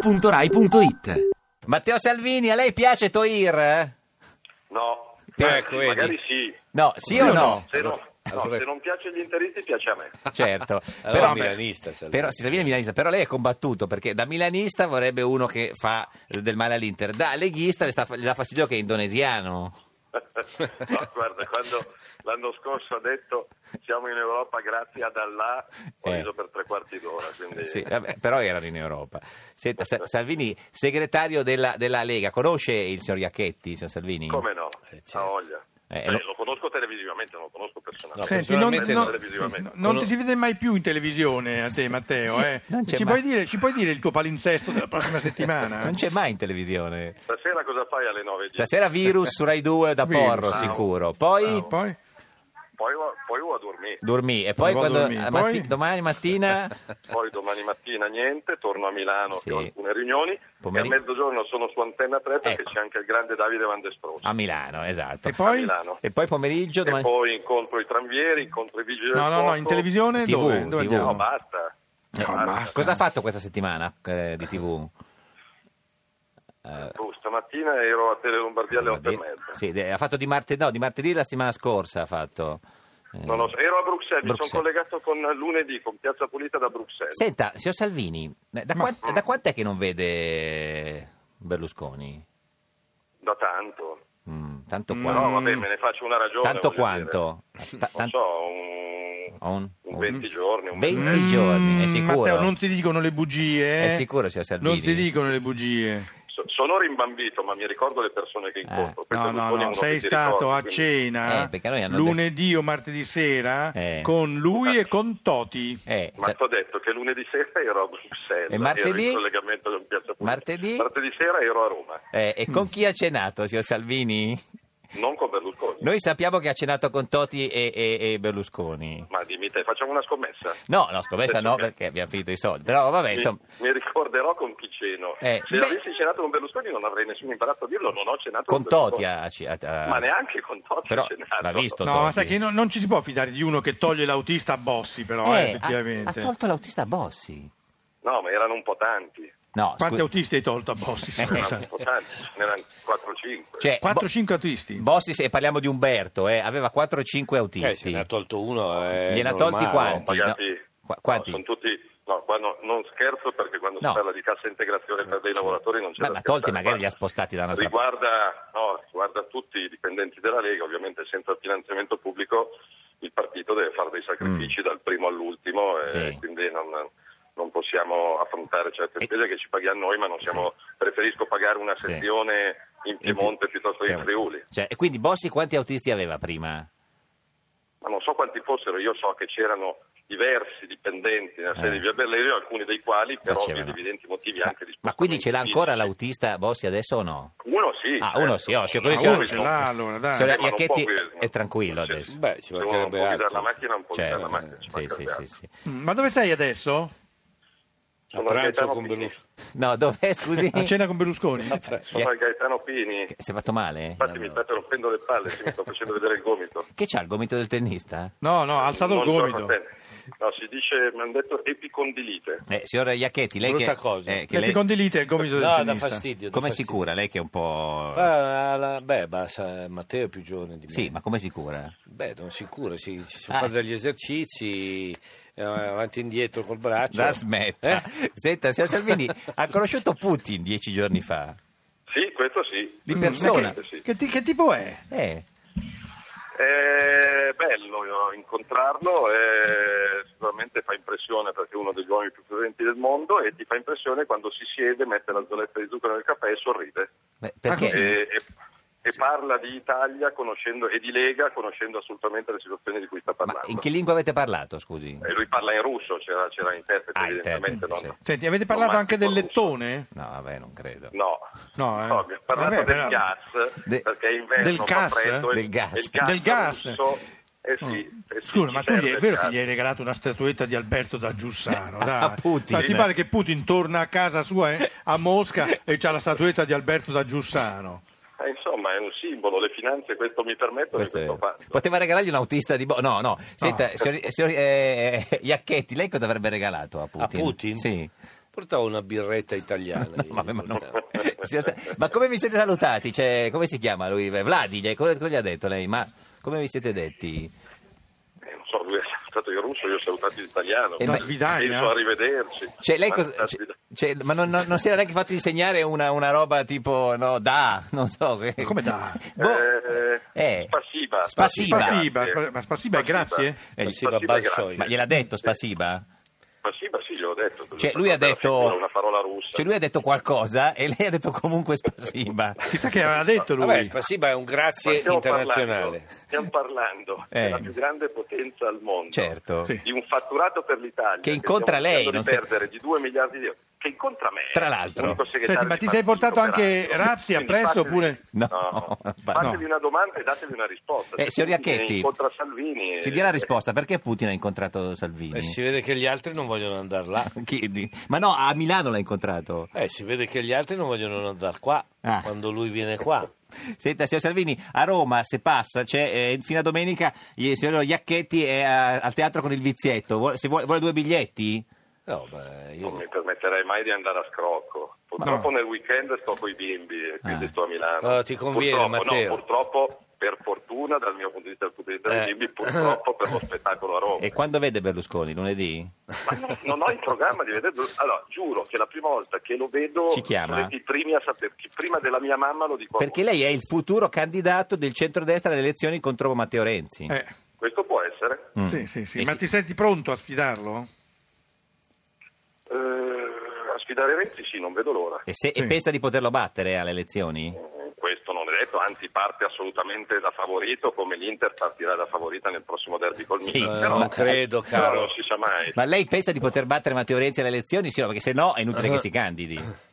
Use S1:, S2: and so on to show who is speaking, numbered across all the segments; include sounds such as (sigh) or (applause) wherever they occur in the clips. S1: radio2pod.rai.it
S2: Matteo Salvini, a lei piace Toir?
S3: No,
S2: Ecco,
S3: Anzi, magari
S2: vedi.
S3: sì.
S2: No, sì o no?
S3: Se, no- no,
S2: Allora-
S3: se non piace agli interisti piace a me. (laughs)
S2: (laughs) Certo,
S4: Allora è milanista, Salvini.
S2: però, sì, Salvini è milanista, però lei è combattuto perché da milanista vorrebbe uno che fa del male all'Inter, da leghista le sta- le dà fastidio che è indonesiano.
S3: No, guarda, quando l'anno scorso ha detto siamo in Europa grazie ad Allah, ho
S2: Eh.
S3: riso per tre quarti d'ora. Quindi...
S2: Sì, vabbè, però erano in Europa. Senta, Sa- Salvini, segretario della, della Lega, conosce il signor Iacchetti, signor Salvini?
S3: Come no?
S4: Eh, certo.
S3: Ha voglia.
S2: Eh,
S3: Beh,
S2: lo-
S3: lo... conosco televisivamente, non lo conosco personalmente.
S4: No,
S5: Senti, non,
S4: personalmente
S5: non-
S4: no.
S3: televisivamente.
S5: non ti si vede mai più in televisione a te, Matteo. eh.
S2: (laughs) Non c'è
S5: Ci,
S2: mai.
S5: puoi dire, ci puoi dire il tuo palinsesto della prossima
S2: (laughs)
S5: settimana?
S2: Non c'è mai in televisione.
S3: Stasera cosa fai alle 9.10?
S2: Stasera virus su Rai 2 da
S5: Virus,
S2: Porro,
S5: ah,
S2: sicuro. Poi
S5: E Ah, poi?
S3: Poi, va- poi va a dormire,
S2: dormì e poi
S5: Vado a
S2: quando-
S5: dormire.
S2: a matti-
S5: Poi?
S2: domani
S3: (laughs)
S2: mattina
S3: poi domani mattina niente, torno a Milano
S2: Sì.
S3: che ho alcune riunioni
S2: Pomeri-
S3: e a mezzogiorno sono su Antenna 3 perché
S2: Ecco.
S3: c'è anche il grande Davide Van de Stroos
S2: a Milano, esatto.
S5: E
S3: a
S5: poi?
S3: Milano.
S2: E poi pomeriggio
S3: E
S2: domani
S3: poi incontro i tranvieri, incontro i vigili del
S5: No, no, no, in
S3: fuoco.
S5: televisione
S2: TV,
S5: dove? dove
S2: TV.
S3: No,
S5: andiamo?
S3: basta.
S5: No, basta.
S2: Cosa ha fatto questa settimana eh, di TV? Eh,
S3: Tu, Uh, stamattina ero a Tele Lombardia alle 8 e mezza.
S2: Sì, de- ha fatto di martedì, no, di martedì la settimana scorsa ha fatto. Eh,
S3: Non lo so. Ero a Bruxelles, mi
S2: Bruxelles.
S3: sono collegato con lunedì con Piazza Pulita da Bruxelles.
S2: Senta, signor Salvini, eh, da,
S5: Ma-
S2: quant- da quant'è che non vede Berlusconi?
S3: Da tanto.
S2: Mm, tanto
S5: Mm.
S2: quanto.
S3: No, vabbè, me ne faccio una ragione.
S2: tanto
S3: voglio
S2: quanto?
S3: dire.
S2: Ta-
S3: non
S2: tan-
S3: so, un,
S2: un-
S3: un
S2: un-
S3: 20 giorni. Un
S2: 20
S3: mese.
S2: i giorni, è
S5: Mm,
S2: sicuro?
S5: Matteo, non ti dicono le bugie. eh?
S2: È sicuro, signor Salvini?
S5: Non ti dicono le bugie.
S3: So- sono rimbambito, ma mi ricordo le persone che incontro. Questo
S5: Eh. No, no,
S3: Berlusconi è
S5: no,
S3: uno
S5: sei
S3: che ti
S5: stato
S3: ricordi,
S5: a
S3: quindi-
S5: cena
S2: Eh, perché noi hanno
S5: lunedì o martedì sera
S2: Eh.
S5: con lui e con Toti.
S2: Eh,
S3: Ma
S2: sa-
S3: ti ho detto che lunedì sera ero a Bruxelles.
S2: E martedì?
S3: Ero in collegamento con Piazza Pulita.
S2: Martedì?
S3: Martedì sera ero a Roma,
S2: eh, e
S3: Mm.
S2: con chi ha cenato, signor Salvini?
S3: non con Berlusconi.
S2: Noi sappiamo che ha cenato con Toti e, e- e Berlusconi.
S3: Ma dimmi te, facciamo una scommessa.
S2: No, no,
S3: Eh,
S2: scommessa no, perché abbiamo finito i soldi. Però vabbè,
S3: Mi-
S2: insomma...
S3: mi, ricorderò con chi ceno.
S2: Eh,
S3: Se
S2: beh-
S3: avessi cenato con Berlusconi non avrei nessun imbarazzo a dirlo, non ho cenato con,
S2: Con Toti
S3: Berlusconi.
S2: ha... ha-
S3: Ma neanche con Toti
S2: Però
S3: ho cenato.
S2: l'ha visto
S5: No,
S2: Toti.
S5: ma sai che no- non ci si può fidare di uno che toglie l'autista a Bossi, però, eh,
S2: Eh, ha, ha
S5: effettivamente.
S2: tolto l'autista Bossi.
S3: No, ma erano un po' tanti.
S2: No,
S5: Quanti
S2: scu- Eh,
S5: autisti hai tolto a Bossi?
S3: Erano
S5: Scusa?
S3: un po' tanti, ce n'erano 4 o 5.
S2: cioè,
S5: 4-5 autisti.
S2: Bossi, se parliamo di Umberto, eh, aveva 4 o 5
S4: Eh,
S2: autisti.
S4: se ne ha tolto uno. È
S2: Gliene ha tolti
S4: normale.
S2: quanti?
S3: pagati.
S2: no. Qua- quanti?
S3: No, sono tutti... No, qua no- non scherzo perché quando
S2: No.
S3: si parla di cassa integrazione per dei lavoratori non c'è
S2: Ma-
S3: da
S2: ma tolti
S3: scherzare.
S2: magari li ha spostati da un'altra
S3: Riguarda, no, riguarda tutti i dipendenti della Lega, ovviamente senza il finanziamento pubblico il partito deve fare dei sacrifici dal primo all'ultimo e
S2: Mm. Sì.
S3: quindi non, non possiamo affrontare certe
S2: E-
S3: spese che ci paghiamo noi, ma non siamo, preferisco pagare una
S2: Sì.
S3: sezione in Piemonte piuttosto che in Friuli.
S2: Cioè, e quindi Bossi quanti autisti aveva prima?
S3: Ma non so quanti fossero, io so che c'erano diversi dipendenti nella sede
S2: Eh.
S3: di Via Bellerio, alcuni dei quali per ovvi ed
S2: Facevano.
S3: evidenti motivi anche di
S2: Ma quindi ce l'ha ancora
S3: spostamenti
S2: l'autista Bossi adesso o no?
S3: fisici. Uno sì.
S2: Ah, uno sì, oh,
S3: certo.
S2: sicuramente
S5: Ah,
S2: ce
S5: uno ce
S2: l'ha-
S5: l'ha allora, dai.
S2: Signora
S3: Eh, ma non
S2: Iacchetti
S3: può guidare-
S2: è tranquillo
S3: Sì,
S2: adesso. certo.
S4: Beh, ci
S3: Se uno non
S4: mancherebbe
S3: può guidare la
S4: altro.
S3: macchina, non può guidare la macchina.
S2: Cioè,
S3: ci
S2: sì, sì,
S3: mancherebbe
S2: sì,
S3: altro.
S2: sì.
S5: Mm, Ma dove sei adesso?
S4: A
S3: Sono
S4: pranzo
S3: Gaetano
S4: con
S3: Pini.
S4: Berlusconi.
S2: No, dov'è, scusi?
S5: A cena con Berlusconi?
S3: Sono al Gaetano Pini.
S2: Che- Si è fatto male?
S3: Infatti mi state rompendo le palle, sì, mi sto facendo vedere il gomito.
S2: Che c'ha il gomito del tennista?
S5: No, no, ha alzato il
S3: Non sono
S5: gomito.
S3: contento. No, si dice, mi hanno detto epicondilite.
S2: Eh, signora Iacchetti, lei
S4: Brutta
S2: che...
S4: cosa.
S2: eh, che
S5: Le
S2: lei-
S5: picondilite è il gomito del
S4: No, da
S5: tennista.
S4: fastidio. dà
S2: Come si
S4: fastidio.
S2: cura? Lei che è un po'...
S4: Fa la- beh, ma sa- Matteo è più giovane di me.
S2: Sì, ma come si cura?
S4: Beh, non si cura, si, si fa
S2: Ah.
S4: fare degli esercizi eh, avanti e indietro col braccio.
S2: La smetta.
S4: Eh?
S2: Senta, signor Salvini, ha conosciuto Putin dieci giorni fa?
S3: Sì, questo sì.
S2: Di
S5: Mm,
S2: persona?
S5: ma Che, che ti- che tipo è?
S2: Eh,
S3: È bello no, incontrarlo, eh, sicuramente fa impressione perché è uno degli uomini più presenti del mondo e ti fa impressione quando si siede, mette la zoletta di zucchero nel caffè e sorride.
S2: beh,
S5: Ah, così?
S2: perché?
S3: E, e- e parla di Italia conoscendo, e di Lega conoscendo assolutamente le situazioni di cui sta
S2: Ma
S3: parlando.
S2: in che lingua avete parlato, scusi?
S3: E Eh, lui parla in russo, c'era, c'era l'interprete
S2: Ah,
S3: evidentemente.
S2: interprete,
S3: non-
S5: Senti, avete parlato
S3: No,
S5: anche del
S3: Marco Russo.
S5: lettone?
S2: No, vabbè, non credo.
S3: No,
S5: No, eh.
S3: No, abbiamo parlato
S5: Vabbè,
S3: del
S5: però-
S3: gas
S2: De-
S3: perché è inverno,
S5: del
S3: fa
S5: gas,
S3: freddo,
S2: eh?
S3: e-
S2: Del gas.
S3: e il gas,
S5: Del gas.
S3: russo, eh sì,
S5: Mm.
S3: eh sì,
S5: Scusa, ma
S3: ci
S5: tu gli-
S3: serve
S5: è
S3: il
S5: vero
S3: gas.
S5: che gli hai regalato una statuetta di Alberto da
S2: (laughs)
S5: Giussano?
S2: A
S5: dai.
S2: Putin.
S5: Ma ti pare che Putin torna a casa sua eh, a Mosca
S2: (laughs)
S5: e c'ha la statuetta di Alberto da Giussano?
S3: Eh, insomma, è un simbolo, le finanze questo mi permettono
S2: Questo
S3: e
S2: è
S3: questo
S2: vero.
S3: faccio.
S2: Poteva regalargli un autista di... Bo- no, no.
S5: Ah.
S2: Senta, signor, signor- eh, Iacchetti, lei cosa avrebbe regalato a Putin?
S4: A Putin?
S2: Sì.
S4: portavo una birretta italiana.
S2: No,
S4: ieri,
S2: (laughs) vabbè, ma, no.
S4: portavo.
S2: (laughs) Signor Sa- ma come vi siete salutati? Cioè, come si chiama lui? Vladi, gli- cosa cosa gli ha detto lei? Ma come vi siete detti?
S3: Eh, non so, lui è salutato in russo, io ho salutato in italiano.
S2: Eh, ma-
S3: Penso arrivederci.
S2: Cioè, lei
S3: Ma-
S2: cosa-
S3: da-
S2: cioè- cioè, ma non, non- non si era neanche fatto insegnare una, una roba tipo, no, da, non so. che-
S5: Ma come da?
S2: Boh.
S3: Eh,
S2: Eh.
S3: Spasiba.
S2: Spasiba.
S5: Spasiba, spa- ma spasiba è grazie?
S2: Eh,
S4: Spasiba,
S3: grazie.
S2: Ma gliel'ha detto Spasiba?
S3: Spasiba sì, gliel'ho detto.
S2: Cioè, lui ha
S3: Era
S2: detto...
S3: figura, Una parola russa.
S2: Cioè, lui ha detto qualcosa e lei ha detto comunque Spasiba.
S5: Chissà che aveva detto lui.
S4: Vabbè, Spasiba è un
S3: Ma
S4: grazie
S3: stiamo
S4: internazionale.
S3: parlando- stiamo parlando
S2: Eh.
S3: della più grande potenza al mondo.
S2: Certo.
S5: Sì.
S3: Di un fatturato per l'Italia.
S2: Che incontra
S3: stiamo
S2: lei,
S3: cercando
S2: non
S3: Di
S2: si-
S3: perdere di 2 miliardi di euro. Che incontra me.
S2: Tra l'altro.
S3: unico segretario
S5: Senti, ma
S3: di
S5: ti sei
S3: partito,
S5: portato anche
S3: peraltro.
S5: Razzi
S3: Quindi
S5: appresso,
S3: fatevi-
S5: oppure-
S2: No. (laughs) No.
S3: Fatevi una domanda e datevi una risposta.
S2: Eh,
S3: Se
S2: signor
S3: Putin
S2: Iacchetti,
S3: incontra Salvini.
S2: Si dia la
S3: eh,
S2: risposta, perché Putin ha incontrato Salvini?
S4: Eh,
S2: (laughs)
S4: si vede che gli altri non vogliono andare là.
S2: Chiedi. Ma no, a Milano l'ha incontrato.
S4: Eh, si vede che gli altri non vogliono andare qua
S2: Ah.
S4: quando lui viene qua.
S2: Senta, signor Salvini, a Roma, se passa, c'è, eh, fino a domenica il signor Iacchetti è a- al teatro con il vizietto. Vuole, se vuole, vuole due biglietti?
S4: No, beh, io
S3: Non mi permetterei mai di andare a scrocco. Purtroppo nel weekend sto con i bimbi e quindi
S4: Eh.
S2: Ah.
S3: sto a Milano.
S4: Allora ti conviene,
S3: purtroppo,
S4: Matteo.
S3: No, purtroppo, per fortuna, dal mio punto di vista, dal punto di vista
S4: Eh.
S3: dei
S2: (laughs)
S3: bimbi, purtroppo per lo spettacolo a Roma.
S2: E quando vede Berlusconi? Lunedì?
S3: Ma non, non ho in programma di vederlo. Allora, giuro che la prima volta che lo vedo
S2: Ci chiama?
S3: sarete i primi a saperti. Prima della mia mamma lo dico a
S2: Perché
S3: voi.
S2: lei è il futuro candidato del centrodestra alle elezioni contro Matteo Renzi.
S5: Eh,
S3: Questo può essere.
S2: Mm.
S5: Sì, sì, sì.
S2: Eh
S5: Ma ti senti pronto a sfidarlo?
S3: Eh, a sfidare Renzi sì, non vedo l'ora. Eh,
S2: E, se- e
S5: Sì.
S2: pensa di poterlo battere alle elezioni?
S3: Questo non è detto, anzi parte assolutamente da favorito, come l'Inter partirà da favorita nel prossimo derby col
S2: Sì,
S3: Milan.
S4: eh,
S2: però-
S4: non credo,
S3: però
S4: caro.
S3: non si sa mai.
S2: Ma lei pensa di poter battere Matteo Renzi alle elezioni? Sì, no, perché se no è inutile che si candidi.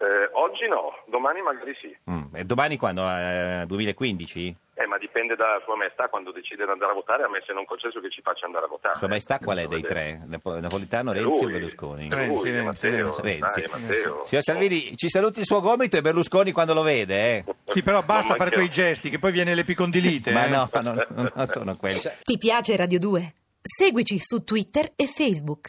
S3: Eh, oggi no, domani magari sì.
S2: Mm. E domani quando? Eh, 2015?
S3: Eh, ma dipende da Sua Maestà quando decide di andare a votare, a me se non concesso che ci faccia andare a votare.
S2: Sua Maestà qual è dei
S3: Vedere.
S2: tre? Napo- Napolitano,
S3: È
S2: Renzi o
S3: lui.
S2: Berlusconi?
S3: È lui,
S5: Renzi,
S3: è
S5: Renzi,
S3: Matteo,
S2: Renzi.
S3: dai, è Matteo.
S2: Signor Salvini, ci saluti il suo gomito e Berlusconi quando lo vede, eh?
S5: Sì, però
S3: Non
S5: basta fare
S3: mancherò.
S5: quei gesti, che poi viene l'epicondilite.
S2: Ma
S5: eh.
S2: no, non, non sono quelli.
S1: Ti piace Radio 2? Seguici su Twitter e Facebook.